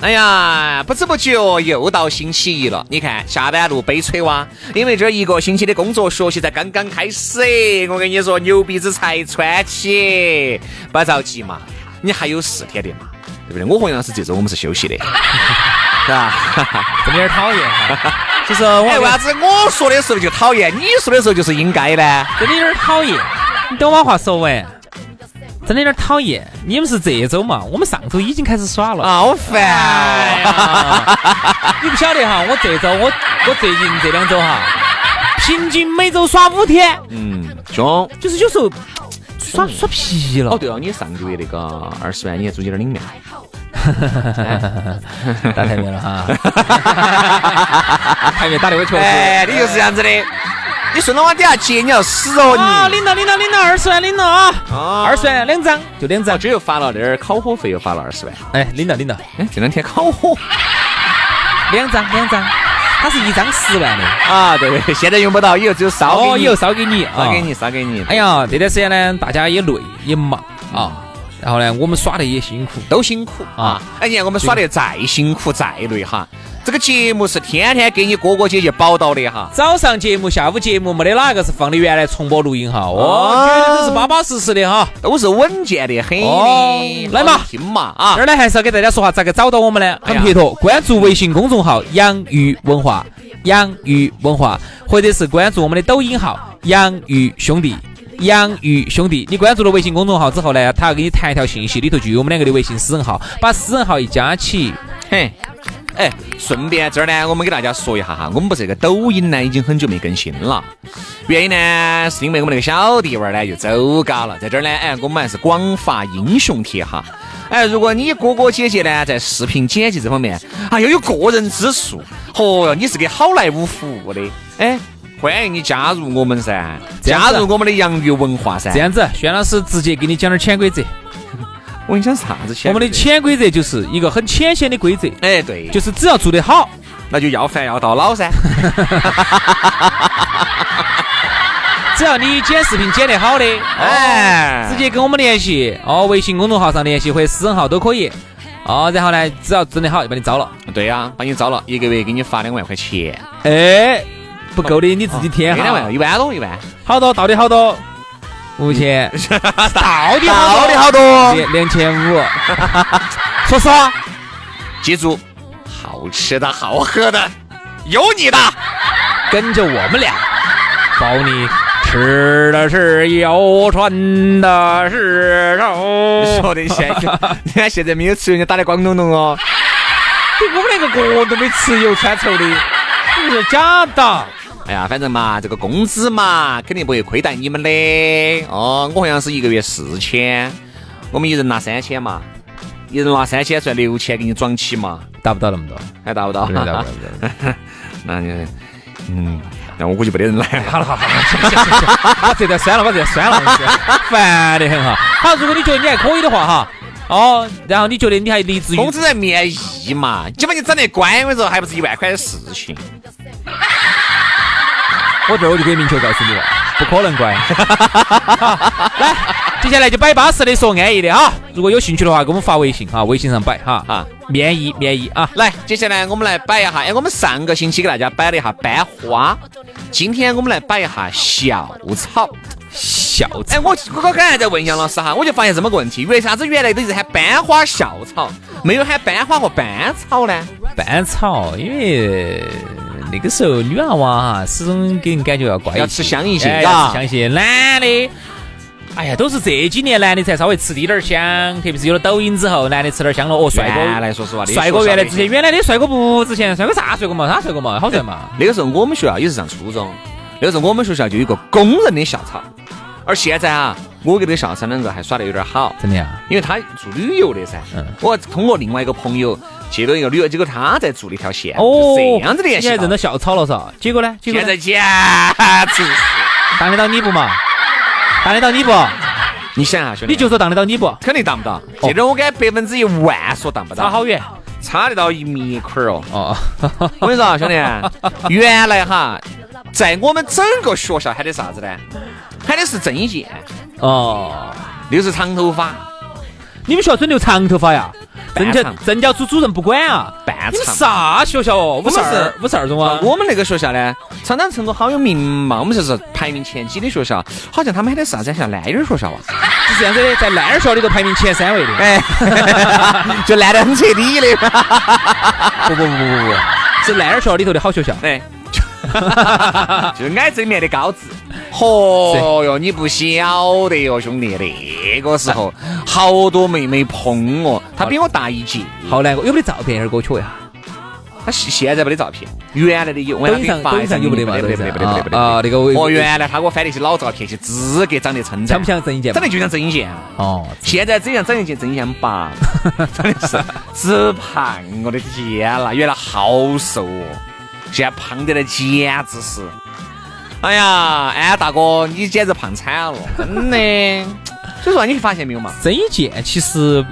哎呀，不知不觉哦又到星期一了。你看下班路悲催哇，因为这一个星期的工作学习才刚刚开始。我跟你说，牛鼻子才穿起，不着急嘛，你还有四天的嘛，对不对？我和杨老师这周我们是休 息的，是吧？有点讨厌哈。 其实我哎，为啥子我说的时候就讨厌，你说的时候啊就是应该呢？真的有点讨厌，你等我把话说完。真的有点讨厌，你们是这周嘛？我们上周已经开始耍啊了。好烦、哎呀，你不晓得哈，我这周我我最近这两周哈，平均每周耍五天，嗯，兄。就是有时候耍耍皮了。哦，对了、你上个月那个二十万，你还租起点领 没？打台面 了哈，台面打得我确哎，实。你就是这样子的。你顺着往底下接，你要死哦啊，你！领到领到领到，二十万领到啊，啊二十万两张，就两张哦，。这又发了，这儿烤火费又发了二十万。哎，领到领到。哎，这两天烤火两张，两张，它是一张十万的，啊， 对对，对现在用不到，以后只有烧给你，哦，以后烧给你啊，烧给。你，烧给你，哎呀，这段时间呢，大家也累也忙嗯啊，然后呢，我们耍的也辛苦，都辛苦啊啊！哎，你看我们耍得再辛苦再累哈，这个节目是天天给你哥哥姐姐宝到的哈。早上节目、下午节目，没得哪个是放的原来重播录音哈，哦，啊绝对都是巴巴适适的哈。都是稳健的很哦的，来嘛好听嘛啊这！儿呢，还是要给大家说下咋个找到我们呢？很撇脱，关注微信公众号“养鱼文化”，养鱼文化，或者是关注我们的抖音号“养鱼兄弟”。养鱼兄弟，你关注了微信公众号之后呢，他要给你弹一条信息，里头就有我们两个的微信私人号，把私人号一加起，嘿，哎，顺便这儿呢，我们给大家说一下哈，我们不是这个抖音呢已经很久没更新了，原因呢是因为我们那个小弟娃儿呢就走嘎了，在这儿呢，哎，我们还是广发英雄帖哈。哎，如果你哥哥姐姐呢在视频剪辑这方面啊又有个人之处，嚯哟，你是给好莱坞服务的，哎，欢迎你加入我们噻，这样子啊加入我们的洋芋文化噻。这样子，轩老师直接给你讲点潜规则。我跟你讲啥子钱？我们的，潜规则就是一个很浅显的规则，哎，对，就是只要做得好，那就要饭要到 老噻。只要你剪视频剪得好的，哎直接跟我们联系哦，微信公众号上联系或者私人号都可以。哦，然后呢，只要整得好，就把你招了。对呀、把你招了，一个月给你发两万块钱，哎，哦不够的你自己添没两哈万，。一万多，一万，好多，到底好多？五千，到底到好底多？好多。两两千 五。说说，记住，好吃的好喝的，有 你的。跟着我们俩，包你吃的是油，穿的是肉。说的现在，你看现在没有吃人家打的光咚咚哦。我们两个个都没吃油穿绸的，这是假的。哎呀，反正嘛，这个工资嘛，肯定不会亏待你们的。哦，我好像是一个月四千，我们一人拿三千嘛，一人拿三千，算六千给你装起嘛，达不到那么多， 还达不到？不到。 那你，嗯，那我估计没得人来了。好了好 了，行行行行，把这段删了，把这段删了，烦得很哈。好，如果你觉得你还可以的话哈，哦，然后你觉得你还立志于工资在面议嘛，基本你长得乖，我跟你说还不是一万块的事情。我这儿我就可以明确告诉你了，不可能乖。 来，接下来就摆巴适的，说安逸的哈。如果有兴趣的话，给我们发微信哈，微信上摆哈啊，免疫免疫啊。来，接下来我们来摆一下，哎，我们上个星期给大家摆了一下班花，今天我们来摆一下校草。笑死哎，！我我刚才还在问杨老师哈，我就发现这么个问题，为啥子原来都是喊班花校草，没有喊班花和班草呢？班草，因为那个时候女娃娃哈，始终给人感觉要乖一些，要吃香一些啊哎嘎要吃香一些。男的，哎呀，都是这几年男的才稍微吃滴点儿香，特别是有了抖音之后，男的吃点儿香了。哦，帅原哥，来说实话，那个帅哥学校原来的之前原来的帅哥不值钱，帅哥啥帅哥嘛，啥帅哥嘛，好帅 嘛。那个时候我们学校也是上初中，那个时候我们学校就有一个公认的校草，而现在啊，我跟那个校草两个还耍得有点好，怎么样？因为他做旅游的噻，嗯我通过另外一个朋友去了一个旅游，结果他在做那条线，哦，就是这样子的联你系还到认的。到校草了噻？结果呢？结果现呢在简直是，当得到你不嘛？当得到你不？你想啊，兄弟，你就说当得到你不？肯定当不到，这种我敢百分之一万说当不到，差好远差得到一米块儿哦。 哦，我跟你说啊，兄弟，原来哈，在我们整个学校喊的啥子呢？喊的是郑伊健，哦，留是长头发，你们学校准留长头发哎呀？政教半长政教组主任不管啊？半你们长。啥学校哦？五们十是二五十二中啊？我们那个学校呢，长江成都好有名嘛，我们就是排名前几的学校，好像他们喊的是啥子？像烂人学校啊？是这样子的，在烂儿学校里头排名前三位的。哎，就烂得很彻底的。不不不不不，是烂儿学校里头的好学校。哎，就矮子里面的高子。嚯哟，你不晓得哟，兄弟，那个时候好多妹妹碰我，她比我大一届。好难过，有没得照片儿给我瞧一下？他现现在没得照片，原来的有，我抖音上抖音上有没没得嘛？没抖得没音上得没得没得没得啊，啊那个我哦，原来他给我翻那些老照片，去资格长得称像不，赞像郑伊健嘛？长得就像郑伊健。哦，现在这样长得像郑伊健爸，真 的是只胖，我的天呐，原来好瘦哦，现在胖得来简直是，哎呀，安大哥，你简直胖惨了，真的。所以说，你发现没有嘛？郑伊健其实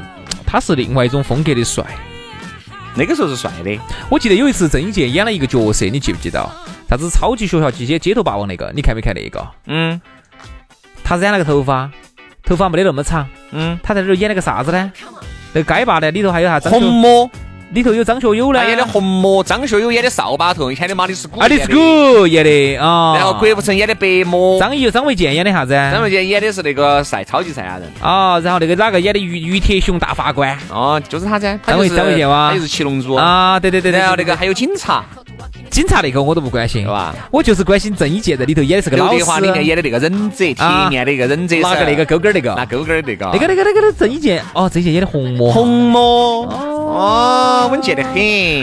他是另外一种风格的帅。那个时候是帅的，我记得有一次郑伊健演了一个角色，你记不记得？啥子超级学校街街头霸王那个？你看没看那个？嗯他染了个头发，头发没得那么长，嗯，他在这儿演了个啥子呢？那个街霸呢？里头还有啥？张学红魔。里头有张学友呢他？演的红魔，张学友演的扫把头，演的马里斯古，啊，你是，狗演的啊。然后郭富城演的白魔，张艺张卫健演的啥子？张卫健演的是那个赛超级赛亚人，啊，然后那个哪个演的于于铁雄大法官哦，就是他噻，他张就卫是张卫健哇他就是七龙珠，啊？对对对对，然后对那个还有警察，警察那个我都不关心，对吧？我就是关心郑伊健在里头演的是个刘老德华里面师，演的那个忍者，啊铁面的一个忍者，拿个那个勾勾儿那拿个，勾勾儿那个，那个那个那个郑伊健哦，郑伊健演的红魔。红魔，哦，稳健得很。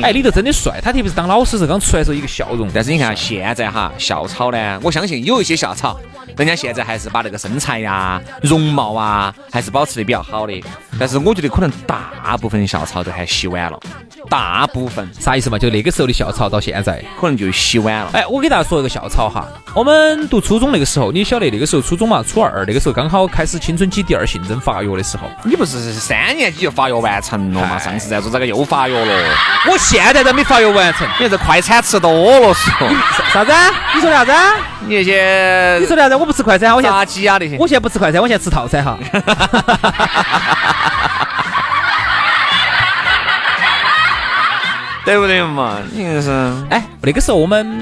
哎，里头真的帅，他特别是当老师时候刚出来的时候一个笑容。但是你看现在哈，校草呢，我相信有一些校草，人家现在还是把那个身材呀、容貌啊，还是保持的比较好的。但是我觉得可能大部分校草都还洗碗了，大部分啥意思嘛？就那个时候的校草到现在。可能就洗碗了。哎，我给大家说一个校草哈，我们读初中那个时候，你晓得那个时候初中嘛，初二那个时候刚好开始青春期第二性征发育的时候。你不是三年级就发育完成了嘛？上次在说这个又发育了，我现在都没发育完成。你这快餐吃多了嗦，啥啥子？你说的啥子？你那些你说的啥子？我不吃快餐，我现在炸鸡啊 那些，我现在不吃快餐，我现在吃套餐哈。对不对嘛？你这是。哎，那个时候我们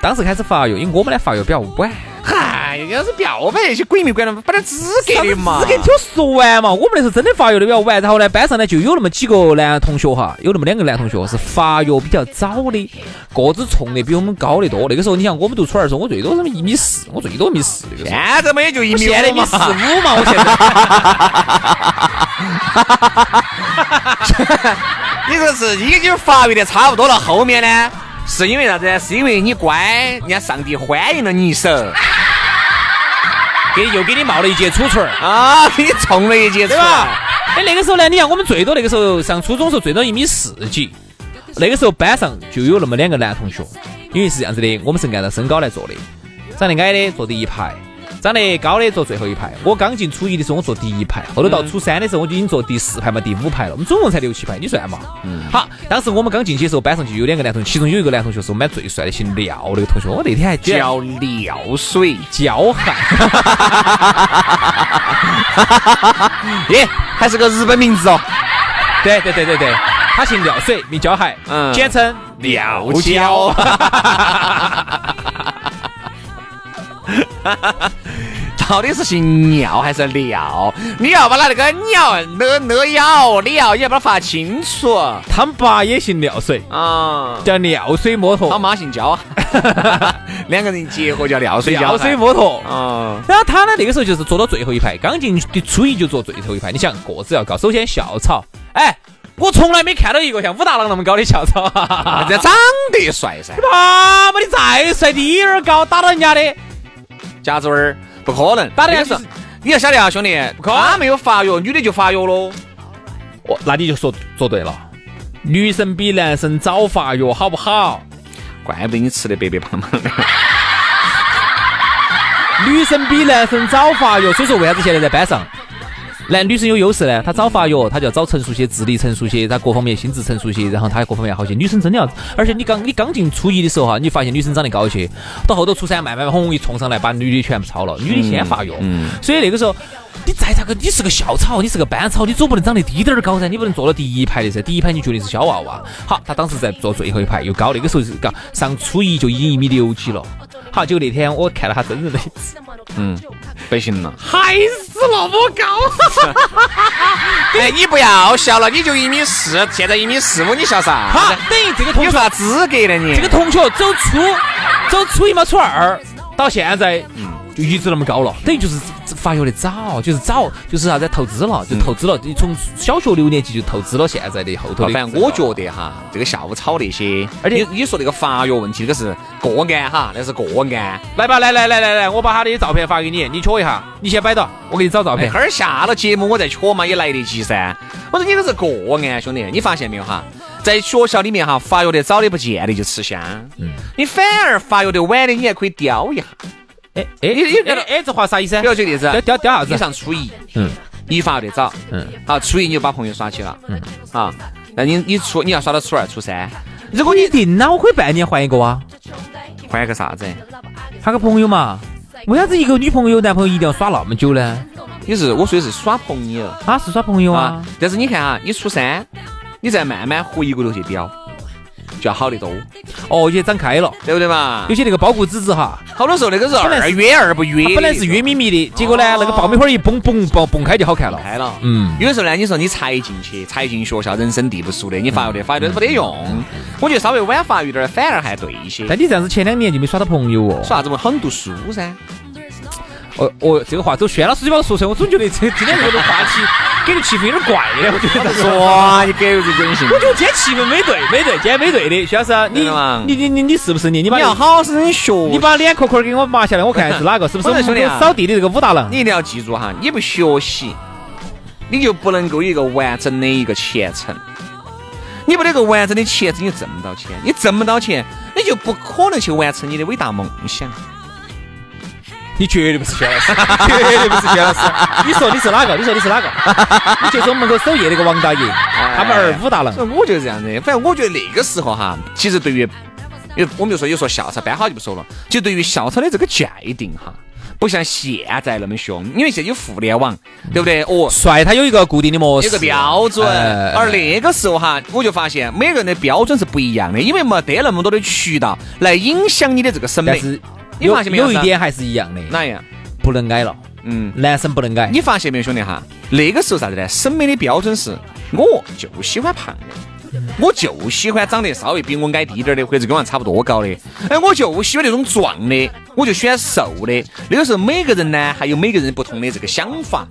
当时开始发育，因为我们呢发育比较晚，嗨，要是不要摆那些鬼迷鬼了，摆点资格的嘛。只给你听我说完嘛。我们那时候真的发育的比较晚，然后呢，班上呢就有那么几个男同学哈，有那么两个男同学是发育比较早的，个子冲的比我们高得多。那个时候你想，我们读初二的时候，我最多是一米四，我最多一米四那个时候。现在嘛也就一我米五现在一米哎嘛四五嘛，我现在。 你这是已经发育的差不多了，后面呢，是因为啥子呢？是因为你乖，人家上帝欢迎了你一手啊给又给你冒了一截楚唇儿，啊，给你冲了一截，对对吧？？哎，那个时候呢，你看我们最多那个时候上初中时候最多一米四几，那个时候班上就有那么两个男同学，因为是这样子的，我们是按照身高来做的，长得矮的坐第一排，长得高的坐最后一排。我刚进初一的时候我坐第一排，后头到嗯初三的时候我就已经坐第四排嘛、第五排了，我们总共才六七排，你算嘛？嗯。好，当时我们刚进去的时候，班上就有两个男同学，其中有一个男同学是我们班最帅的，姓廖那个同学，我那天还居然叫尿水，叫喊，耶，还是个日本名字哦，对对对对对，他姓廖水，名叫海，嗯简称尿椒椒。到底是姓尿还是尿？你要把他那个尿呢呢要尿，你要把它发清楚啊。他们爸也姓廖水，叫廖水摩托。他妈姓焦，两个人结合叫尿水吊交水谈。摸头。啊，然后他呢，那个时候就是坐到最后一排，刚进去初一就坐最后一排。你想个子要高，首先校草，哎，我从来没看到一个像武大郎那么高的校 草，哈哈哈人家长得帅噻，他妈的再帅，第一儿高打到人家的，夹子儿不可能，打得那下个去是。你要晓得啊，兄弟，他没有发育，女的就发育喽。我那你就说说对了，女生比男生早发育，好不好？怪不得你吃的白白胖胖的。女生比男生早发育，所以说为啥子现在在班上，男女生有优势呢？她早发育，她就要早成熟些，智力成熟些，她各方面心智成熟些，然后她各方面要好些。女生真的要，而且你刚你刚进初一的时候哈，你发现女生长得高些，到后头初三慢慢轰一冲上来，把女的全部超了，女的先发育。嗯所以那个时候，你再咋个，你是个校草，你是个班草，你总不能长得低点儿高噻，你不能坐到第一排的噻，第一排你绝对是小娃娃。好，他当时在坐最后一排，又高，那个时候是高，上初一就已经一米六几了。好，结果那天我看了他真人的。嗯，不行了。还是那么高， 哎，你不要笑了，你就一米四，现在一米四五，你笑啥子？好，等于这个同有学，啥资格呢你？这个同学走初走初一嘛，初二到现在，嗯就一直那么高了，等于就是发育的早，就是早，就是啥子投资了，就投资了，就从小学六年级就投资了现在的后头好的。反正我觉得哈，这个下午炒那些，而且你你说那个发育问题，这个是个案哈，那是个案。哎来吧，来来来来来，我把他的照片发给你，你瞧一下，你先摆到，我给你找照哎，片哈。儿下了节目我再撮嘛，也来得及噻。我说你这是个案，兄弟，你发现没有哈？在学校里面哈，发育得早的不见得就吃香，你反而发育得晚的，你还可以雕一下。哎哎哎哎哎，这话啥意 思？比如举 例子，雕雕雕啥你子？上初一，嗯，你发育得早，嗯，好，初一你就把朋友耍起了，嗯，啊，那你你初你要耍到初二、初三，如果你定呐，我可以半年换一个啊，换个啥子？换个朋友嘛。为啥子一个女朋友、男朋友一定要耍那么久呢？你是我说的是耍朋友他是耍朋友啊，但是你看啊，你初三，你再慢慢回过头去雕，就要好得多，哦，有些长开了，对不对嘛有？些那个包谷子子哈，好多时候那个是本来二是约二不它约，本来是约咪咪的，结果呢，那个爆米花一崩嘣爆蹦开就好看了。开了。嗯，有的时候呢，你说你才进去，才进学校，人生地不熟的，你发育嗯的发育的没得用。我觉得稍微晚发育点儿，反而还对一些。但你这样子前两年就没耍到朋友哦。耍啥子嘛，很读书噻。哦哦，这个话走轩老师就把我说出来，我总觉得这今天这个话题给这气氛有点怪了，我觉得。 说啊你给我个滚性我觉得今天气氛没对，没对，今天没对的，薛老师，啊真的吗你你你你你是不是你？你把你要好生学，你把脸壳壳给我麻下来，我看是 哪个？是不是我我们在说你啊扫地的这个武大郎你？一定要记住哈，你不学习，你就不能够有一个完整的一个前程。你没得个完整的前程，你就挣不到钱。你挣不到钱，你就不可能去完成你的伟大梦想。你绝对不是薛老师， 绝对不是薛老师。 你说你是哪个？你说你是哪个？你就是我们门口守夜那个王大爷，他们儿武大郎。所以我就是这样子。反正我觉得那个时候哈，其实对于，因为我们就说有说校草班好就不说了，就对于校草的这个界定哈，不像现在那么凶，因为现在有互联网，对不对？哦，帅，他有一个固定的模式，有个标准，哦啊哎而那个时候哈，我就发现每个人的标准是不一样的，因为没得那么多的渠道来影响你的这个审但美。是你有发现没有有一啥点还是一样的，哪样？不能矮了，嗯，男生不能矮。你发现没有，兄弟哈？那个时候啥子呢？审美的标准是，我就喜欢胖的，我就喜欢长得稍微比我矮低点儿的，或者跟我差不多高的。哎，我就喜欢那种壮的，我就喜欢瘦的。那个时候每个人呢，还有每个人不同的这个想法。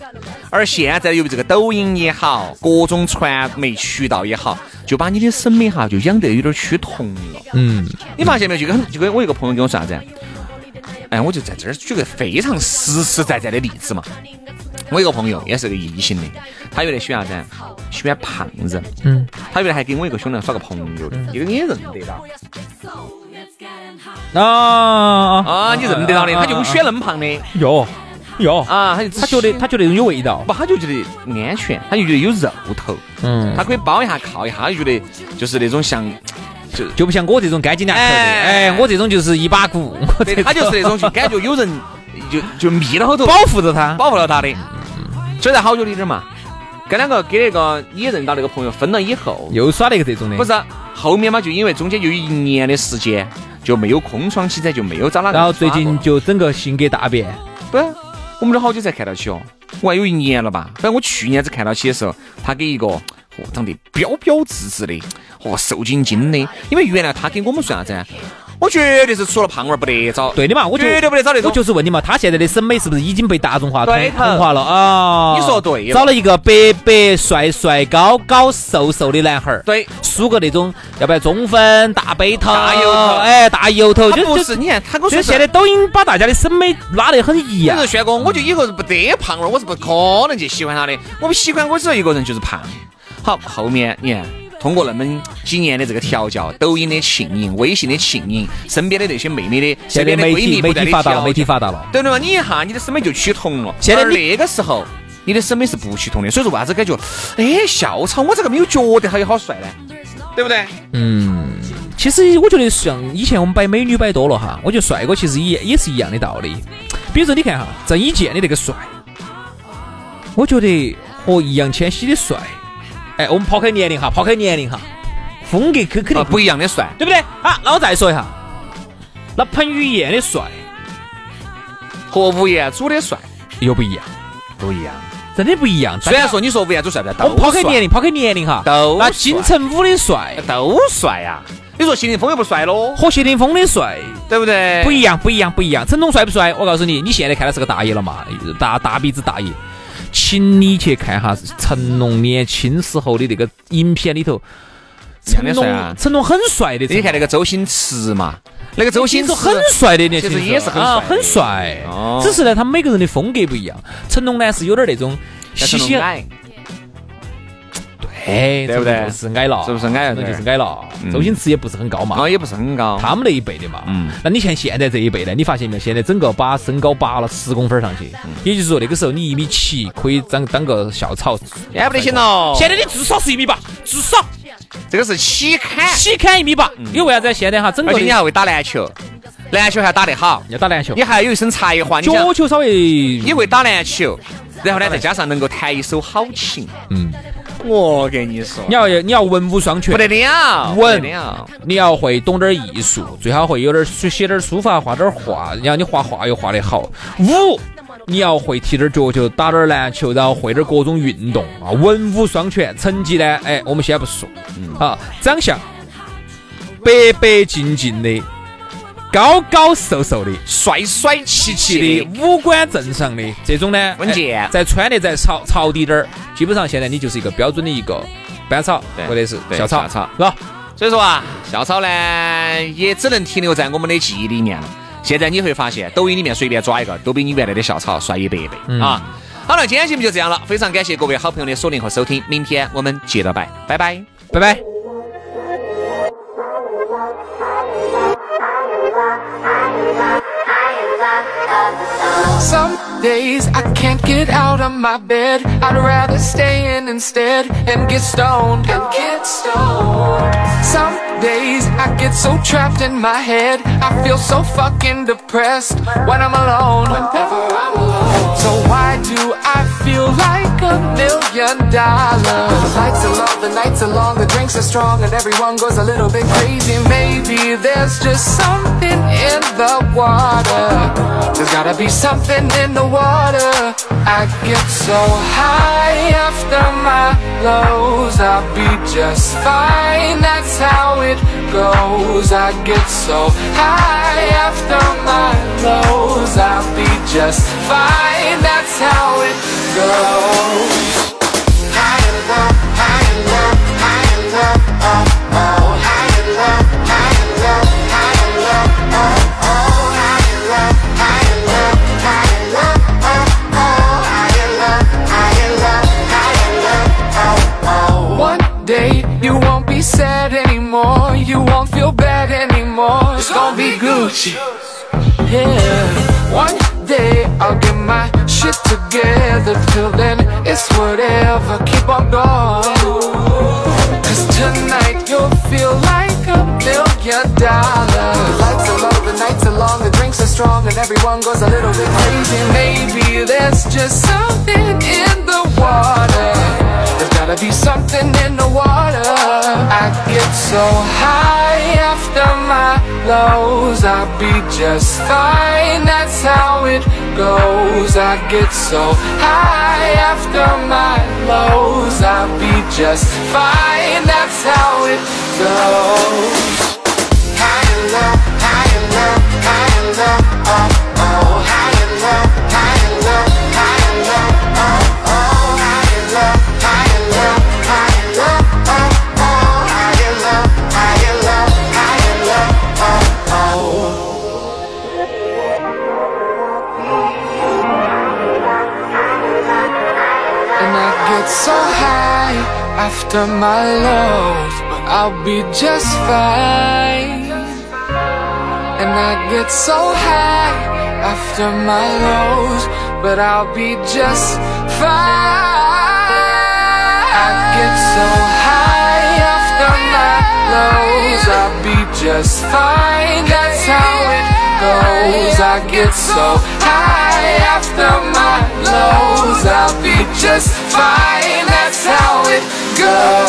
而现在由于这个抖音也好，各种传媒渠道也好，就把你的审美哈就养得有点趋同了。嗯，你发现没有？就跟就跟我一个朋友跟我说啥子啊？哎，我就在这儿举个非常实实在在的例子嘛。我一个朋友也是个异性恋，他原来喜欢啥子啊？喜欢胖子。嗯，他原来还跟我一个兄弟耍个朋友的，一个你也认得到啊啊，你认得到的，他就喜欢那么胖的有有，啊，他就他觉得他觉得那种有味道。不，他就觉得安全，他就觉得有肉头，嗯，他可以包一下靠一下，他就觉得就是那种像， 就就不像我这种干净两头的，哎哎，我这种就是一把骨，我这对他就是那种就感觉有人就就密到后头保护着他。保护了他的。所以在好久的点儿嘛，跟两个跟那个也认到那个朋友分了以后，又耍了一个这种的，不，是后面嘛，就因为中间就有一年的时间就没有空窗期噻，就没有找哪个然后人最耍过近就整个性格大变，不，我们这好久才看到起哦，我还有一年了吧。反正我去年子看到起的时候，他给一个哦长得标标致致的，哦瘦精精的。因为原来他给我们说啥子啊？我绝对是除了胖娃儿不得找，对的嘛，我就绝对不得找那我种。就是问你嘛，他现在的审美是不是已经被大众化、同对头同化了啊？你说对了找了一个白白帅帅、高高瘦瘦的男孩儿，对，梳个那种，要不然中分、大背头、大油头哎，大油头，他就不，就是你看他跟我所以说现在抖音把大家的审美拉得很一有样人。轩哥，我就以后是不得胖了，我是不可能去喜欢他的。我们喜欢我只有一个人，就是胖。好，后面你看，通过那么几年的这个调教，抖音的庆迎，微信的庆迎，身边的那些妹妹的，现身在边的媒闺蜜体不媒断体的发调达了，教媒体发达了。对的嘛，你一下你的审美就趋同了。现在而你那个时候，你的审美是不趋同的，所以说为啥子感觉，哎，校草我咋个没有觉得他有好帅呢？对不对？嗯，其实我觉得像以前我们摆美女摆多了哈，我觉得帅哥其实也也是一样的道理。比如说你看哈，郑伊健的那个帅，我觉得和易烊千玺的帅，哎，我们抛开年龄哈，抛开年龄哈，风格肯肯定啊，不一样的帅，对不对？好，那我再说一下，那彭于晏的帅和吴彦祖的帅又不一样，不一样。真的不一样。虽然说你说吴彦祖帅不帅，我们抛开年龄龄，抛开年龄哈，都那帅金城武的帅都帅啊。你说谢霆锋又不帅喽，和谢霆锋的帅。对不对？不一样，不一样，不一样。陈彤帅不帅？我告诉你，你现在看他是个大爷了嘛，哎大大鼻子大爷。请你去看哈成龙年轻时候的那个影片里头，样成的帅啊龙成龙很帅的，你看个那个周星驰嘛，那个周星驰啊说很帅的年轻时候，其实也是很帅啊很帅哦。只是呢，他每个人的风格不一样。成龙呢是有点那种但嘻是嘻啊能，矮，哎，对不对就是矮了，是不是矮了那点儿就是矮了。嗯哦周星驰也不是很高嘛然，后也不是很高。他们那一辈的嘛。嗯那你看现在这一辈呢，你发现没有？现在整个把身高拔了十公分上去，嗯也就是说那个时候你一米七可以当当个校草，现哎在不得行喽，现在你至少是一米八，至少这个是起砍，起砍一米八。因为为啥子？现在哈整个而的且哎嗯你还会打篮球，篮球还打得好，要打篮球你，还有一身才华，你想脚球稍微你会打篮球，然后呢，再加上能够弹一手好琴，嗯，我跟你说你要你要文武双全不。得了，稳不得了，你要会懂点艺术，最好会有点写写点书法，画点画，然后你画画又画得好。哎舞，你要会踢点脚球，打点篮球，然后会点各种运动啊，文武双全。成绩呢，哎，我们先不说，嗯啊，长相白白净净的，高高瘦瘦的，帅帅气气气的的，，五官正常的这种呢，稳健哎再穿的再潮潮滴点儿，基本上现在你就是一个标准的一个班草对或者是对校草，校草是吧？所以说啊，校草呢也只能停留在我们的记忆里面了。现在你会发现，抖音里面随便抓一个，都比你原来的校草帅一百倍、啊！好了，今天节目就这样了，非常感谢各位好朋友的锁定和收听，明天我们接着拜，拜拜。拜拜。 Some days I can't get out of my bed. I'd rather stay in instead and get stoned. And get stoned. Some days I get so trapped in my head. I feel so fucking depressed when I'm alone. Whenever I'm alone. So why do I feel like a million dollars? The nights are long, the nights are long, the drinks are strong, and everyone goes a little bit crazy. Maybe there's just something in the water. There's gotta be something in the water. I get so high after my lows. I'll be just fine. That's how it goes. I get so high after my lows. I'll be just fine. That's how it goes. High and low, high and low, high and low, oh, oh. High and low, high and low, high and low, oh, oh. High and low, high and low, high and low, oh, oh. High and low, high and low, high and low, oh, oh. One day you won't be sad anymore. You won't feel bad anymore. It's gonna be Gucci. Yeah. One day I'll get my shit together. Till then, it's whatever. Keep on going. Cause tonight you'll feel like a million dollars. The lights are low, the nights are long, the drinks are strong, and everyone goes a little bit crazy. Maybe there's just something in the water. There's gotta be something in the water. I get so high after my lows, I'll be just fine. That's how it goes. I get so high after my lows, I'll be just fine. That's how it goes. High and low, high get so high after my lows, but I'll be just fine. And I get so high after my lows, but I'll be just fine. I get so high after my lows, I'll be just fine. That's how it goes. I get so high after my lows, I'll be just fine. That's how it goes.